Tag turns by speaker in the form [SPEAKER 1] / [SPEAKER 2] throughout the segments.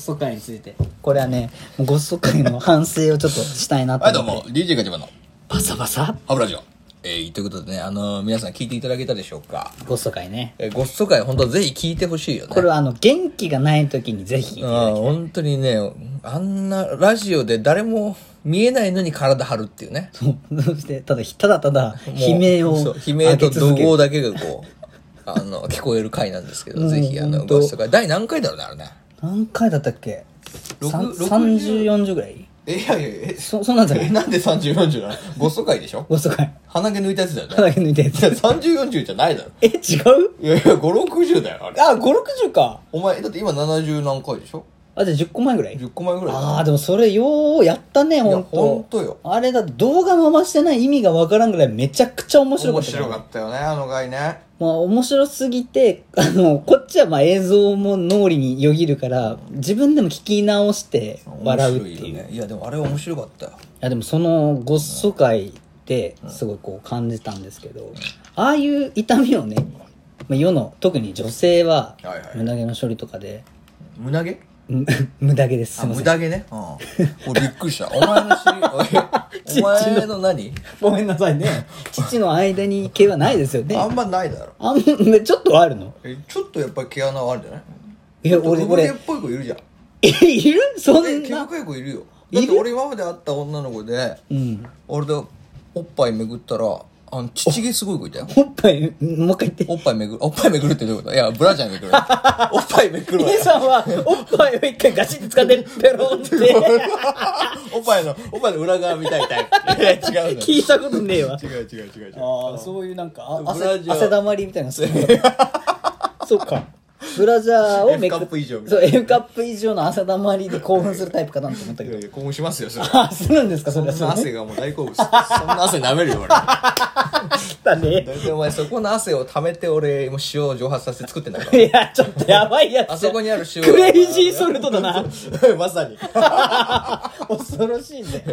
[SPEAKER 1] そ会についてこれはねもうごっそ会の反省をちょっとしたいなと
[SPEAKER 2] はい、どう
[SPEAKER 1] 思っ
[SPEAKER 2] も
[SPEAKER 1] て、
[SPEAKER 2] DJ ガチャバの
[SPEAKER 1] バサバサ
[SPEAKER 2] ハブラジオ。えー、ということでね、あのー皆さん聞いていただけたでしょうか
[SPEAKER 1] ごっそ会ね
[SPEAKER 2] えー、ごっそ会、本当ぜひ聞いてほしいよね。
[SPEAKER 1] これはあの元気がない時にぜひ聞いていただ
[SPEAKER 2] うん、本当にね、あんなラジオで誰も見えないのに体張るっていうね。
[SPEAKER 1] きたいそしてただただただ
[SPEAKER 2] もう
[SPEAKER 1] 悲鳴を
[SPEAKER 2] そう悲鳴と怒号
[SPEAKER 1] だ
[SPEAKER 2] だけがこう、 あの、聞こえる回なんですけど、ぜひ、あ
[SPEAKER 1] ほ
[SPEAKER 2] の、
[SPEAKER 1] んと
[SPEAKER 2] ごっそ会。第何回だろうね、あれね。
[SPEAKER 1] 何回だったっけ
[SPEAKER 2] 六
[SPEAKER 1] 3040ぐらい
[SPEAKER 2] え、いやいやいや、
[SPEAKER 1] そそんなんじゃな
[SPEAKER 2] え、
[SPEAKER 1] い
[SPEAKER 2] なんで30、40なのごっそ会でしょ
[SPEAKER 1] ごっそ会
[SPEAKER 2] 鼻毛抜いたやつだよね。
[SPEAKER 1] 鼻毛抜いたやつ
[SPEAKER 2] いや30、40じゃないだろ。
[SPEAKER 1] え違う
[SPEAKER 2] いやいや、5、60だよ、あれ。
[SPEAKER 1] あ560か
[SPEAKER 2] お前、だって今70何回でしょ
[SPEAKER 1] あじゃあ10個前ぐらい
[SPEAKER 2] ?10 個前ぐらいだよ
[SPEAKER 1] ああでもそれようやったねほんと
[SPEAKER 2] いやほんとよ
[SPEAKER 1] あれだ動画回してない意味がわからんぐらいめちゃくちゃ面白か
[SPEAKER 2] 面
[SPEAKER 1] った
[SPEAKER 2] 白かったよね、あの回ね。
[SPEAKER 1] まあ面白すぎてあのこっちはまあ映像も脳裏によぎるから自分でも聞き直して笑うっていう
[SPEAKER 2] 面白
[SPEAKER 1] い
[SPEAKER 2] よね。いや、でもあれ面白かったよ。
[SPEAKER 1] やでもそのごっそ会ってすごいこう感じたんですけど、ああいう痛みをねまあ世の特に女性は
[SPEAKER 2] はいはい
[SPEAKER 1] 胸毛の処理とかで、
[SPEAKER 2] 胸毛
[SPEAKER 1] む 無駄毛ですす
[SPEAKER 2] あ、
[SPEAKER 1] いませ
[SPEAKER 2] 無
[SPEAKER 1] ん
[SPEAKER 2] 駄毛 ね。うん。俺びっくりした。お前の尻、おいお前の何
[SPEAKER 1] ごめんなさいね父の間に毛はないですよね
[SPEAKER 2] あんまないだろ。
[SPEAKER 1] あんまちょっとはあるの
[SPEAKER 2] えちょっとやっぱり毛穴はあるんじゃない
[SPEAKER 1] いや
[SPEAKER 2] ちょっ
[SPEAKER 1] 俺
[SPEAKER 2] と産毛
[SPEAKER 1] 俺
[SPEAKER 2] っぽい子いるじゃん。
[SPEAKER 1] えいるそ
[SPEAKER 2] え
[SPEAKER 1] ん
[SPEAKER 2] 毛
[SPEAKER 1] な
[SPEAKER 2] 深い子いるよ。
[SPEAKER 1] いる
[SPEAKER 2] だって俺今まで会った女の子で、
[SPEAKER 1] うん
[SPEAKER 2] 俺でおっぱいめぐったら、あの、乳毛すごい子いたよ。
[SPEAKER 1] おっぱいもう一回言って
[SPEAKER 2] おっぱいめぐる、おっぱいめぐるってどういうこといや、ブラジャーめくる。おっぱいめく るわよ
[SPEAKER 1] 姉さんはおっぱいを一回ガシッと使ってペロンって
[SPEAKER 2] おっぱいの、おっぱいの裏側みたいタイプ。いや、違うのよ。
[SPEAKER 1] 聞いたことねえわ
[SPEAKER 2] 違う違う違う違う。
[SPEAKER 1] ああそういうなんかあ
[SPEAKER 2] ブラ
[SPEAKER 1] 汗
[SPEAKER 2] ジャー
[SPEAKER 1] 汗だまりみたいなの好き なんだそうかブラジャーをめ
[SPEAKER 2] F カップ以上みた
[SPEAKER 1] そう F カップ以上の汗だまりで興奮するタイプかなと思ったけ
[SPEAKER 2] い
[SPEAKER 1] ど
[SPEAKER 2] やいや、興奮しますよ、それ。
[SPEAKER 1] あするんですかそ
[SPEAKER 2] そん
[SPEAKER 1] れはそれ
[SPEAKER 2] な
[SPEAKER 1] は
[SPEAKER 2] 汗がもう大好物。そんな汗舐めるよ、俺。
[SPEAKER 1] だね
[SPEAKER 2] 大体お前、そこの汗を溜めて、俺、もう塩を蒸発させて作ってんだから。
[SPEAKER 1] いやちょっとやばいやつ
[SPEAKER 2] あそこにある塩。
[SPEAKER 1] クレイジーソルトだ な
[SPEAKER 2] まさに。
[SPEAKER 1] 恐ろしいね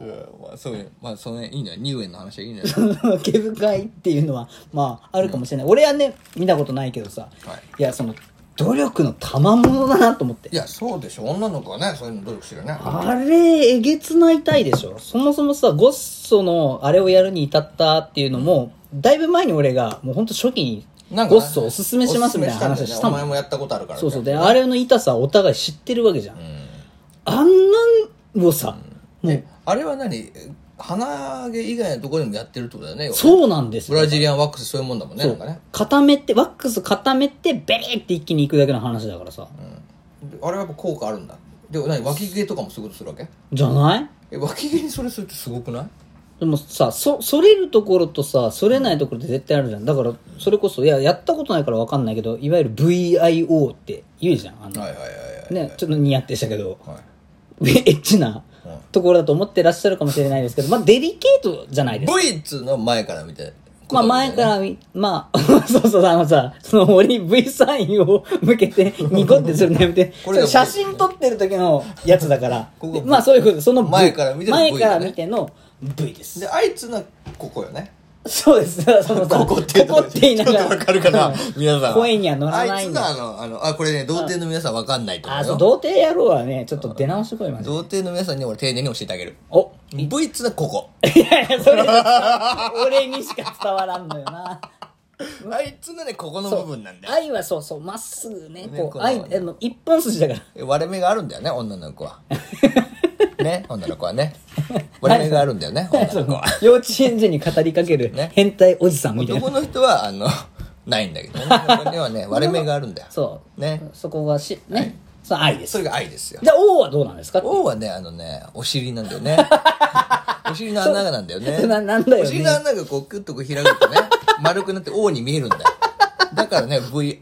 [SPEAKER 2] うんまあ、そういう、まあ、そのね、いいのよ。ニウエンの話はいいのよ。
[SPEAKER 1] 毛深いっていうのはまああるかもしれない、俺はね見たことないけどさ、
[SPEAKER 2] はい
[SPEAKER 1] いやその努力の賜物だなと思って
[SPEAKER 2] いや、そうでしょ。女の子はね、そういうの努力してるよね。
[SPEAKER 1] あれえげつない痛いでしょそもそもさゴッソのあれをやるに至ったっていうのもだいぶ前に俺がもうほんと初期に
[SPEAKER 2] なんかね
[SPEAKER 1] ゴッソおすすめしますみたいな話をしたも
[SPEAKER 2] おすすめたんだよねお前
[SPEAKER 1] ん
[SPEAKER 2] もやったことあるからね。
[SPEAKER 1] そうそうであれの痛さお互い知ってるわけじゃん、あんなんをさ、もう
[SPEAKER 2] あれは何鼻毛以外のところでもやってるってことだよね。要は
[SPEAKER 1] そうなんです
[SPEAKER 2] ブ
[SPEAKER 1] よ
[SPEAKER 2] ラジリアンワックスそういうもんだもんね。なんかね。
[SPEAKER 1] 固めてワックス固めてベリーって一気にいくだけの話だからさ、
[SPEAKER 2] であれはやっぱ効果あるんだ。で、何脇毛とかもそういうことするわけ
[SPEAKER 1] じゃない
[SPEAKER 2] え、脇毛にそれするってすごくない
[SPEAKER 1] でもさそそれるところとさそれないところって絶対あるじゃんだからそれこそいややったことないから分かんないけどいわゆる VIO って言うじゃんあの、
[SPEAKER 2] はいはいはいはい。
[SPEAKER 1] ねちょっとニヤってしたけど
[SPEAKER 2] は
[SPEAKER 1] エッチな
[SPEAKER 2] うん
[SPEAKER 1] ところだと思ってらっしゃるかもしれないですけどまあデリケートじゃない
[SPEAKER 2] い。
[SPEAKER 1] ですか
[SPEAKER 2] V っつうのは前から見て。
[SPEAKER 1] まあ前か
[SPEAKER 2] ことだよ
[SPEAKER 1] ら
[SPEAKER 2] ね。
[SPEAKER 1] み、まあ、 そうそう、あのさ、その俺に V サインを向け てニコってするのやめて、
[SPEAKER 2] これが
[SPEAKER 1] それ写真撮ってる時のやつだから、
[SPEAKER 2] ここ
[SPEAKER 1] まあそういうこと、その V
[SPEAKER 2] 前から見ての V だね
[SPEAKER 1] 前から見ての V です。
[SPEAKER 2] で、あいつのはここよね。
[SPEAKER 1] そうです。そのさ、
[SPEAKER 2] ここっていうと
[SPEAKER 1] ここって言いながら。
[SPEAKER 2] ちょっとわかるかな
[SPEAKER 1] うん
[SPEAKER 2] 皆さん。
[SPEAKER 1] 声には乗らな
[SPEAKER 2] あ
[SPEAKER 1] い
[SPEAKER 2] い
[SPEAKER 1] ん
[SPEAKER 2] つ
[SPEAKER 1] だ
[SPEAKER 2] の。あの、あの、あ、これね、童貞の皆さんわかんないと思
[SPEAKER 1] あ、
[SPEAKER 2] う
[SPEAKER 1] そう、
[SPEAKER 2] よ。
[SPEAKER 1] 童貞野郎はね、ちょっと出直してこいまで。
[SPEAKER 2] 童貞の皆さんに俺丁寧に教えてあげる。
[SPEAKER 1] お
[SPEAKER 2] V っつうのはここ。
[SPEAKER 1] いやいや、それ、俺にしか伝わらんのよな。
[SPEAKER 2] あいつのね、ここの部分なんだよ。
[SPEAKER 1] 愛はそうそう、まっすぐね、
[SPEAKER 2] ね
[SPEAKER 1] こう、
[SPEAKER 2] この
[SPEAKER 1] 愛、あの、一本筋だから。
[SPEAKER 2] 割れ目があるんだよね女の 子はね女の子はね割れ目があるんだ よね 女
[SPEAKER 1] そ
[SPEAKER 2] の子
[SPEAKER 1] の
[SPEAKER 2] は
[SPEAKER 1] 幼稚園児に語りかける
[SPEAKER 2] ね
[SPEAKER 1] 変態おじさんみたいな。
[SPEAKER 2] 男の人はあのないんだけど女の子には ね割れ目があるんだよ
[SPEAKER 1] そう。
[SPEAKER 2] ね
[SPEAKER 1] そこがし、ね。その愛です
[SPEAKER 2] そ。れが愛です よ
[SPEAKER 1] じゃあ、王はどうなんですか
[SPEAKER 2] 王はねあのねお尻なんだよ ねお尻の穴がなんだよね
[SPEAKER 1] ななんだよね
[SPEAKER 2] お尻の穴がこうキュッとこう開くとね丸くなって王に見えるんだよだからね VIO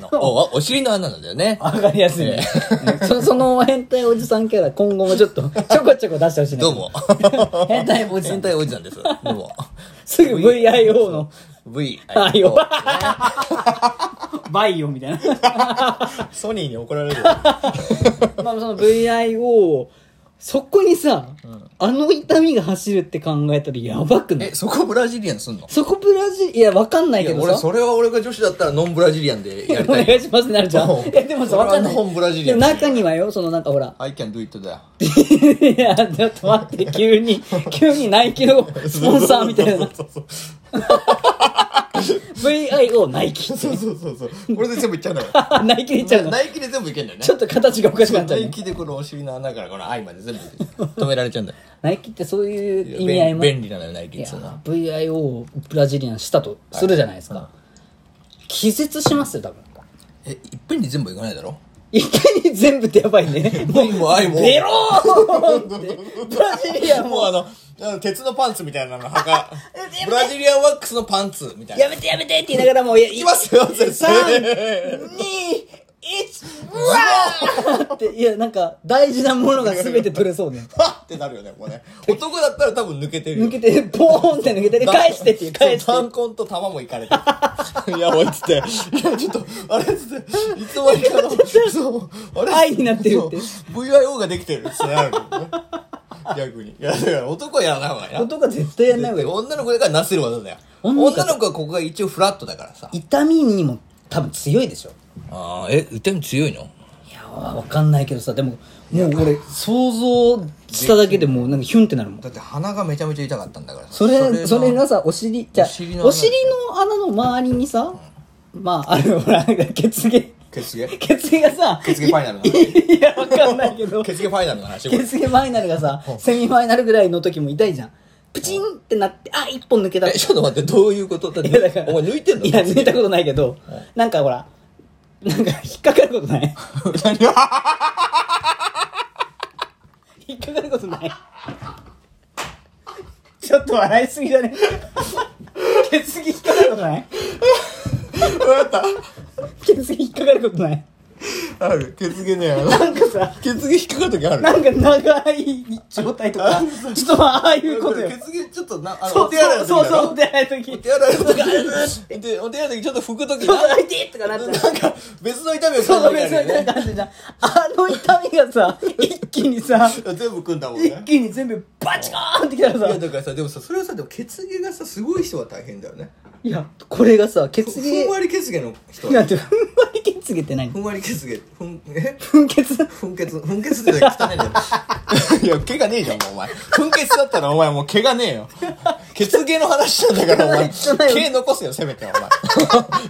[SPEAKER 2] の王はお尻の穴なんだよね
[SPEAKER 1] わかりやすいね。 そその変態おじさんキャラ、今後もちょっ と、ちょこちょこ出してほしいね
[SPEAKER 2] どうも
[SPEAKER 1] 変態おじさん
[SPEAKER 2] 全。体おじさんですど うも
[SPEAKER 1] すぐ VIO の、
[SPEAKER 2] VIO
[SPEAKER 1] あよ。バイオみたい な。
[SPEAKER 2] ソニーに怒られる
[SPEAKER 1] まあ、その VIO そこにさ、あの痛みが走るって考えたらやばくない
[SPEAKER 2] え、そこブラジリアンすんの
[SPEAKER 1] そこブラジル、いや、わかんない
[SPEAKER 2] い
[SPEAKER 1] け
[SPEAKER 2] や、
[SPEAKER 1] ど
[SPEAKER 2] 俺、
[SPEAKER 1] さ。
[SPEAKER 2] それは俺が女子だったらノンブラジリアンでやり
[SPEAKER 1] お
[SPEAKER 2] た
[SPEAKER 1] 願
[SPEAKER 2] い。
[SPEAKER 1] いしますってなるじゃん。
[SPEAKER 2] うん
[SPEAKER 1] いや、でもさ、わかんない。
[SPEAKER 2] それは日本ブラジリアン
[SPEAKER 1] でも中にはよ、そのなんかほら。
[SPEAKER 2] I can do it だよ。
[SPEAKER 1] いや、ちょっと待って、急 に、急にナイキのスポンサーみたいな。
[SPEAKER 2] そうそう
[SPEAKER 1] VIO ナイキ。
[SPEAKER 2] そうそうそうそうそう。これで全部いっちゃうのよ。
[SPEAKER 1] ナイキでいっちゃうの。
[SPEAKER 2] ナイキで全部いけんだよね。
[SPEAKER 1] ちょっと形がおかしくなっちゃ
[SPEAKER 2] ナ
[SPEAKER 1] う
[SPEAKER 2] イ
[SPEAKER 1] ね。
[SPEAKER 2] キでこのお尻の穴からこの愛まで全部止められちゃうんだよ。
[SPEAKER 1] ナイキってそういう意味合いも。
[SPEAKER 2] 便利なのよ、ナイキ
[SPEAKER 1] い
[SPEAKER 2] っ
[SPEAKER 1] や
[SPEAKER 2] ていうのは。
[SPEAKER 1] VIO をブラジリアンしたとするじゃないですか、気絶しますよ多分
[SPEAKER 2] え、いっぺんに全部いかないだろ
[SPEAKER 1] 一回に全部ってやばいねも
[SPEAKER 2] 愛も愛も。
[SPEAKER 1] ベローン ってブラジリアン
[SPEAKER 2] もう
[SPEAKER 1] も
[SPEAKER 2] あの、あの鉄のパンツみたいなの履か、ブラジリアンワックスのパンツみたいな。
[SPEAKER 1] やめてやめてって言いながらもういや
[SPEAKER 2] いきますよ、絶対。
[SPEAKER 1] 321うわーっていやなんか大事なものが全て取れそうね
[SPEAKER 2] はっってなるよね、これね。男だったら多分抜けてるよ。
[SPEAKER 1] 抜けてポーンって抜けて
[SPEAKER 2] だ
[SPEAKER 1] 返してっていう返し
[SPEAKER 2] そう
[SPEAKER 1] て
[SPEAKER 2] 弾痕と弾もいかれてる いやおいっつっていやちょっとあれっつっていつまでかのそうあれ
[SPEAKER 1] 愛になってるって
[SPEAKER 2] そう VIO ができてるっつってなるよね逆にいやだから男はやらないわや
[SPEAKER 1] 音が絶対やんない方がいい
[SPEAKER 2] 女の子だからなせる技だよ
[SPEAKER 1] 女の子
[SPEAKER 2] 女の子はここが一応フラットだからさ
[SPEAKER 1] 痛みにも多分強いでしょ
[SPEAKER 2] ああえ痛み強いの
[SPEAKER 1] いやーわかんないけどさでももう俺想像しただけでもうなんかヒュンってなるもん
[SPEAKER 2] だって鼻がめちゃめちゃ痛かったんだからさ
[SPEAKER 1] それそれ
[SPEAKER 2] の
[SPEAKER 1] がさお尻じゃあ
[SPEAKER 2] お尻の穴
[SPEAKER 1] お尻の穴の周りにさまああるほら血毛
[SPEAKER 2] 血毛
[SPEAKER 1] 血毛がさ
[SPEAKER 2] 血毛ファイナルの
[SPEAKER 1] いいやわかんないけど
[SPEAKER 2] 血毛ファイナルの話これ
[SPEAKER 1] 血毛ファイナルがさセミファイナルぐらいの時も痛いじゃんプチンってなってあ一本抜けた
[SPEAKER 2] えちょっと待ってどういうことだって
[SPEAKER 1] い やだから
[SPEAKER 2] お前抜いてんの
[SPEAKER 1] いや抜いたことないけどなんかほらなんか引っかかることない 引っかかることない ちょっと笑いすぎだね 血液引っかかることない
[SPEAKER 2] わかっ
[SPEAKER 1] 血液引っかかることない
[SPEAKER 2] たある血毛ねあの
[SPEAKER 1] なんかさ
[SPEAKER 2] 血毛引っかかる時ある
[SPEAKER 1] なんか長い状態とかちょっとまあああいうことよ
[SPEAKER 2] 血毛ちょっとなあの
[SPEAKER 1] そ
[SPEAKER 2] お
[SPEAKER 1] う
[SPEAKER 2] 手洗い
[SPEAKER 1] そ
[SPEAKER 2] の
[SPEAKER 1] うそうそ
[SPEAKER 2] 時だ
[SPEAKER 1] うお
[SPEAKER 2] ろ
[SPEAKER 1] 手洗いの時
[SPEAKER 2] お手洗いの時でお手洗いの時ちょっと拭く時
[SPEAKER 1] ちょっ
[SPEAKER 2] な
[SPEAKER 1] と痛いてとかなっちゃう
[SPEAKER 2] なんか別の痛みを
[SPEAKER 1] そ
[SPEAKER 2] 感
[SPEAKER 1] う
[SPEAKER 2] じ
[SPEAKER 1] 別
[SPEAKER 2] るよ
[SPEAKER 1] に
[SPEAKER 2] ね
[SPEAKER 1] 感じじゃんあの痛みがさ一気にさ
[SPEAKER 2] 全部組んだもんねい
[SPEAKER 1] 一気に全部バチコーンってきたらさ
[SPEAKER 2] やだからさでもさそれはさでも血毛がさすごい人は大変だよね
[SPEAKER 1] いやこれがさ血
[SPEAKER 2] ふ
[SPEAKER 1] 芸
[SPEAKER 2] んわり血毛の人
[SPEAKER 1] い
[SPEAKER 2] は
[SPEAKER 1] やてふんわり血芸って何
[SPEAKER 2] ふんわり血毛ふんえ
[SPEAKER 1] 噴血
[SPEAKER 2] 噴血噴血って汚いんだよ いや毛がねえじゃんもうお前噴血だったらお前もう毛がねえよ血毛の話なんだからお前
[SPEAKER 1] 汚い汚い
[SPEAKER 2] 毛残せよせめてお前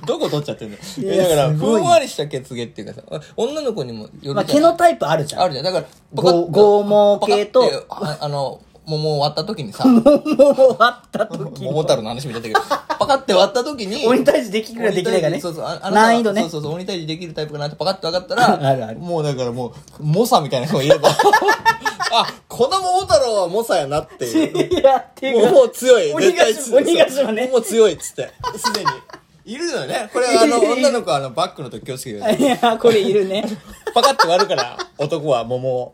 [SPEAKER 2] どこ取っちゃってんだよい
[SPEAKER 1] や
[SPEAKER 2] やだから
[SPEAKER 1] す
[SPEAKER 2] ふ
[SPEAKER 1] ごい
[SPEAKER 2] んわりした血毛っていうかさ女の子にもよるじゃん
[SPEAKER 1] まあ毛のタイプあるじゃん
[SPEAKER 2] あるじゃんだから
[SPEAKER 1] 剛剛毛系と
[SPEAKER 2] パカッてああの桃を割った時に さ
[SPEAKER 1] もうあった時
[SPEAKER 2] 桃太郎の話みたいだけどパカって割った時に
[SPEAKER 1] 鬼退治できるかできないかね
[SPEAKER 2] そうそうああなたは
[SPEAKER 1] 難易度ね
[SPEAKER 2] そうそうそう鬼退治できるタイプかなってパカッと分かった
[SPEAKER 1] あるあ
[SPEAKER 2] ら
[SPEAKER 1] る
[SPEAKER 2] もうだからもう猛者みたいな人がいれば あこの桃太郎は猛者やなっていう
[SPEAKER 1] いやっていう
[SPEAKER 2] も
[SPEAKER 1] か
[SPEAKER 2] うもう強い
[SPEAKER 1] 鬼
[SPEAKER 2] 絶
[SPEAKER 1] ヶ
[SPEAKER 2] 対
[SPEAKER 1] 島鬼ヶ島ね
[SPEAKER 2] もう強いっつってすでにいるのよねこれ はあの女の子はあのバックの時気をつけてください
[SPEAKER 1] いやこれいるね
[SPEAKER 2] パカッと割るから男は桃を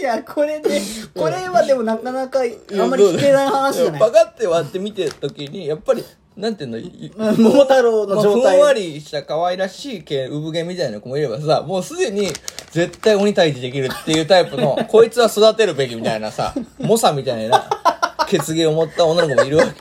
[SPEAKER 1] いやこれでこれはでもなかなかあんまり聞けない話じゃない
[SPEAKER 2] パカって割って見てる時にやっぱりなんていうのい
[SPEAKER 1] うん桃太郎
[SPEAKER 2] ま
[SPEAKER 1] の
[SPEAKER 2] あ、ふん
[SPEAKER 1] 状態
[SPEAKER 2] わりした可愛らしい系、産毛みたいな子もいればさ、もうすでに絶対鬼退治できるっていうタイ プの、こいつは育てるべきみたいなさ、猛者みたいな、血芸を持った女の子もいるわけ。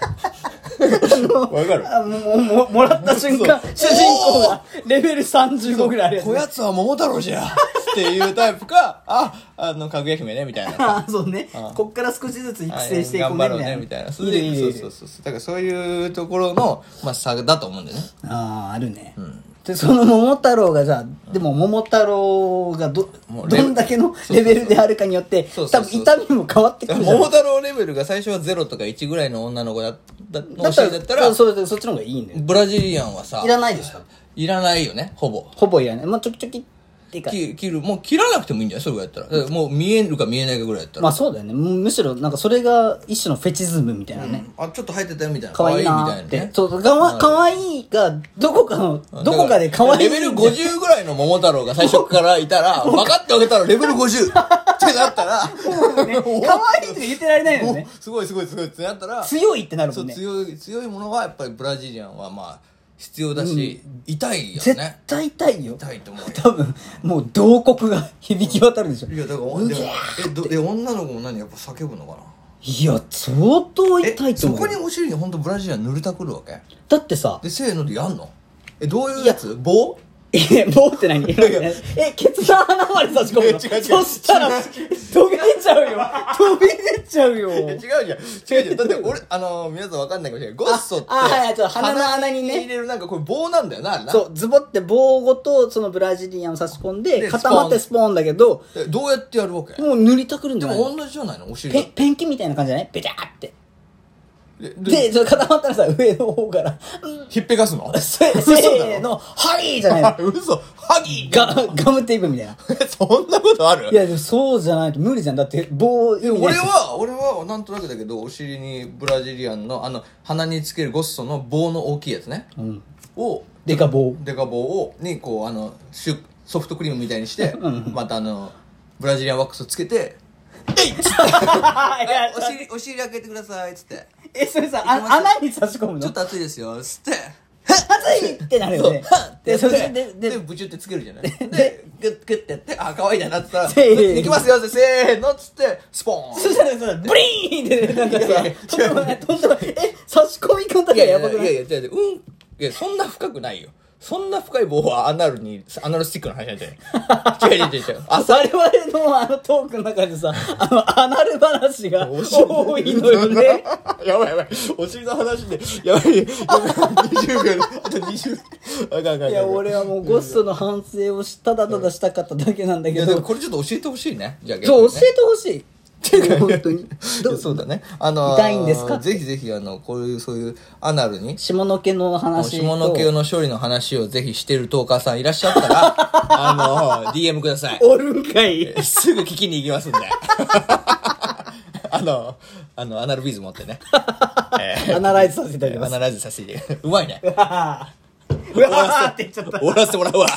[SPEAKER 2] わかる
[SPEAKER 1] あもうもうもらった瞬間主人公がレベル35ぐらいあるやつ
[SPEAKER 2] こやつは桃太郎じゃっていうタイプか、あ、あの、かぐや姫ね、みたいなさ。
[SPEAKER 1] あそうねこっから少しずつ育成していこうねみた
[SPEAKER 2] 頑張ろう
[SPEAKER 1] い
[SPEAKER 2] ね
[SPEAKER 1] な
[SPEAKER 2] みたいな。そ
[SPEAKER 1] い
[SPEAKER 2] れ
[SPEAKER 1] る
[SPEAKER 2] で
[SPEAKER 1] いるいる
[SPEAKER 2] そうそうそうそう。だからそういうところの、まあ、差だと思うんだよね。
[SPEAKER 1] あああるね、でその桃太郎がさでも桃太郎がど
[SPEAKER 2] もうレベ
[SPEAKER 1] どんだけのレベルであるかによって
[SPEAKER 2] そう
[SPEAKER 1] 多
[SPEAKER 2] そうそ
[SPEAKER 1] 分
[SPEAKER 2] う
[SPEAKER 1] 痛みも変わってくるじゃん
[SPEAKER 2] 桃太郎レベルが最初は0とか1ぐらいの女の子だだ
[SPEAKER 1] だ
[SPEAKER 2] の
[SPEAKER 1] った
[SPEAKER 2] 人
[SPEAKER 1] ら
[SPEAKER 2] だったら
[SPEAKER 1] そうそうそうそっちの方がいいんだよ
[SPEAKER 2] ブラジリアンはさ
[SPEAKER 1] いらないでしょ
[SPEAKER 2] いらないよねほぼ
[SPEAKER 1] ほぼいらないまあちょきちょきっていうか
[SPEAKER 2] 切切るもう切らなくてもいいんじゃないそれぐらいやったらもう見えるか見えないかぐらいやったら、
[SPEAKER 1] まあそうだよねむむしろなんかそれが一種のフェチズムみたいなね、
[SPEAKER 2] あ、ちょっと入ってたよみたいな
[SPEAKER 1] 可愛い
[SPEAKER 2] 可
[SPEAKER 1] な
[SPEAKER 2] 愛
[SPEAKER 1] ーっ
[SPEAKER 2] み
[SPEAKER 1] て
[SPEAKER 2] たいなね
[SPEAKER 1] そうかわかわいいがどこかのどこかで可愛い
[SPEAKER 2] レベル50ぐらいの桃太郎が最初からいたら分かってあげたらレベル50って なったら
[SPEAKER 1] ね可愛いって言ってられないよね
[SPEAKER 2] すごいすごいすごいってなったら
[SPEAKER 1] 強いってなるも
[SPEAKER 2] そ
[SPEAKER 1] ん
[SPEAKER 2] う
[SPEAKER 1] ね
[SPEAKER 2] 強い強いものはやっぱりブラジリアンはまあ必要だし、痛いよ
[SPEAKER 1] 絶
[SPEAKER 2] ね。
[SPEAKER 1] 対痛いよ。
[SPEAKER 2] 痛いと思うよ。
[SPEAKER 1] 多分、もう慟哭が響き渡るでしょ。
[SPEAKER 2] いや、だから、
[SPEAKER 1] う
[SPEAKER 2] でもえどえ女の子も何やっぱ叫ぶのかない
[SPEAKER 1] や、相当
[SPEAKER 2] え
[SPEAKER 1] 痛いと
[SPEAKER 2] そ
[SPEAKER 1] 思う
[SPEAKER 2] こ
[SPEAKER 1] よ
[SPEAKER 2] に。お尻に本当ブラジリアン塗りたくるわけ
[SPEAKER 1] だってさ、
[SPEAKER 2] で、せーのでやんのえ、どういうやつ棒
[SPEAKER 1] え、棒って何え、ケツの穴まで差し込むの
[SPEAKER 2] いや違う違う
[SPEAKER 1] そしたら、
[SPEAKER 2] 違
[SPEAKER 1] 飛び出ちゃうよ。飛び出ちゃうよ。
[SPEAKER 2] 違うじゃん。違うじゃん。だって俺、あのー、皆さんわかんないかもしれない。ゴッソって。
[SPEAKER 1] ああはいはいちょっと鼻の穴にね
[SPEAKER 2] 入れるなんかこれ棒なんだよな、あれな。
[SPEAKER 1] そう、ズボって棒ごと、そのブラジリアンを差し込んで、
[SPEAKER 2] で
[SPEAKER 1] 固まってスポーンだけど、
[SPEAKER 2] えどうやってやるわけ
[SPEAKER 1] もう塗りたくるんじ
[SPEAKER 2] で
[SPEAKER 1] ゃない
[SPEAKER 2] も同じじゃないのお尻
[SPEAKER 1] ペ
[SPEAKER 2] が
[SPEAKER 1] ン、ペンキみたいな感じじゃないベチャーって。
[SPEAKER 2] で、で
[SPEAKER 1] で、それ固まったらさ、上の方から、
[SPEAKER 2] ひっぺか すの
[SPEAKER 1] せ、
[SPEAKER 2] 嘘だろ
[SPEAKER 1] せーの、はいじゃないの。
[SPEAKER 2] 嘘ハギー
[SPEAKER 1] ガ、ガムテープみたいな。
[SPEAKER 2] そんなことある
[SPEAKER 1] いや、でもそうじゃないと無理じゃん。だって棒、意味ない
[SPEAKER 2] 俺は、俺は、なんとなくだけど、お尻にブラジリアンの、あの、鼻につけるゴッソの棒の大きいやつね。
[SPEAKER 1] うん。
[SPEAKER 2] を、
[SPEAKER 1] デカ棒。
[SPEAKER 2] デカ棒を、に、こう、あの、シュソフトクリームみたいにして、またあの、ブラジリアンワックスをつけて、え いっつって、お尻、お尻開けてください、つって。
[SPEAKER 1] え、それさ、あ穴に差し込む
[SPEAKER 2] ちょ
[SPEAKER 1] の
[SPEAKER 2] っと熱いですよ、つって。
[SPEAKER 1] 熱いってなるよね
[SPEAKER 2] はっ。
[SPEAKER 1] で、
[SPEAKER 2] て
[SPEAKER 1] そ
[SPEAKER 2] やっ
[SPEAKER 1] して、
[SPEAKER 2] て
[SPEAKER 1] で、
[SPEAKER 2] で、
[SPEAKER 1] で、
[SPEAKER 2] ブチュってつけるじゃない。で、グッグッってやって、あ、可愛いだなってさ、
[SPEAKER 1] せーの
[SPEAKER 2] できますよ、せーの、つって、スポーン。
[SPEAKER 1] そしたらさ、ブリーンって、なんか
[SPEAKER 2] いや
[SPEAKER 1] さ
[SPEAKER 2] いや、
[SPEAKER 1] とんでもない、とんでもない。え、差し込み方が
[SPEAKER 2] いやいや
[SPEAKER 1] やば
[SPEAKER 2] い
[SPEAKER 1] くな
[SPEAKER 2] やい
[SPEAKER 1] い
[SPEAKER 2] やいやうんいやそんな深くないよそんな深い棒はアナルにアナルスティックの話なんじゃない違う違う違う違うあ
[SPEAKER 1] あ我々のあのトークの中でさ、あの、アナル話が多いのよね。
[SPEAKER 2] やばいやばいお尻の話でやばいやばい20秒あと20秒あかんあかんあかん
[SPEAKER 1] いや、俺はもうゴッソの反省をしただただしたかっただけなんだ
[SPEAKER 2] い
[SPEAKER 1] け
[SPEAKER 2] やでも
[SPEAKER 1] ど、
[SPEAKER 2] これちょっと教えてほしいねじゃあ逆に
[SPEAKER 1] そう、
[SPEAKER 2] ね
[SPEAKER 1] 教えてほしい。本当に。ど
[SPEAKER 2] いやそうだねあのー
[SPEAKER 1] 痛いんですか
[SPEAKER 2] ぜひぜひあのこういうそういうアナルに
[SPEAKER 1] 下の毛の話と。
[SPEAKER 2] 下の毛の処理の話をぜひしてるトーカーさんいらっしゃった らあのー DM ください
[SPEAKER 1] おるんか い。
[SPEAKER 2] すぐ聞きに 行きますんで。あの、あの、アナルビズ持ってね。え
[SPEAKER 1] アナライズさせていただき
[SPEAKER 2] ー
[SPEAKER 1] ま
[SPEAKER 2] ア
[SPEAKER 1] す。
[SPEAKER 2] ナライズさせて。うまいね。
[SPEAKER 1] うわーって言っちゃった。
[SPEAKER 2] 終わらせてもらうわ。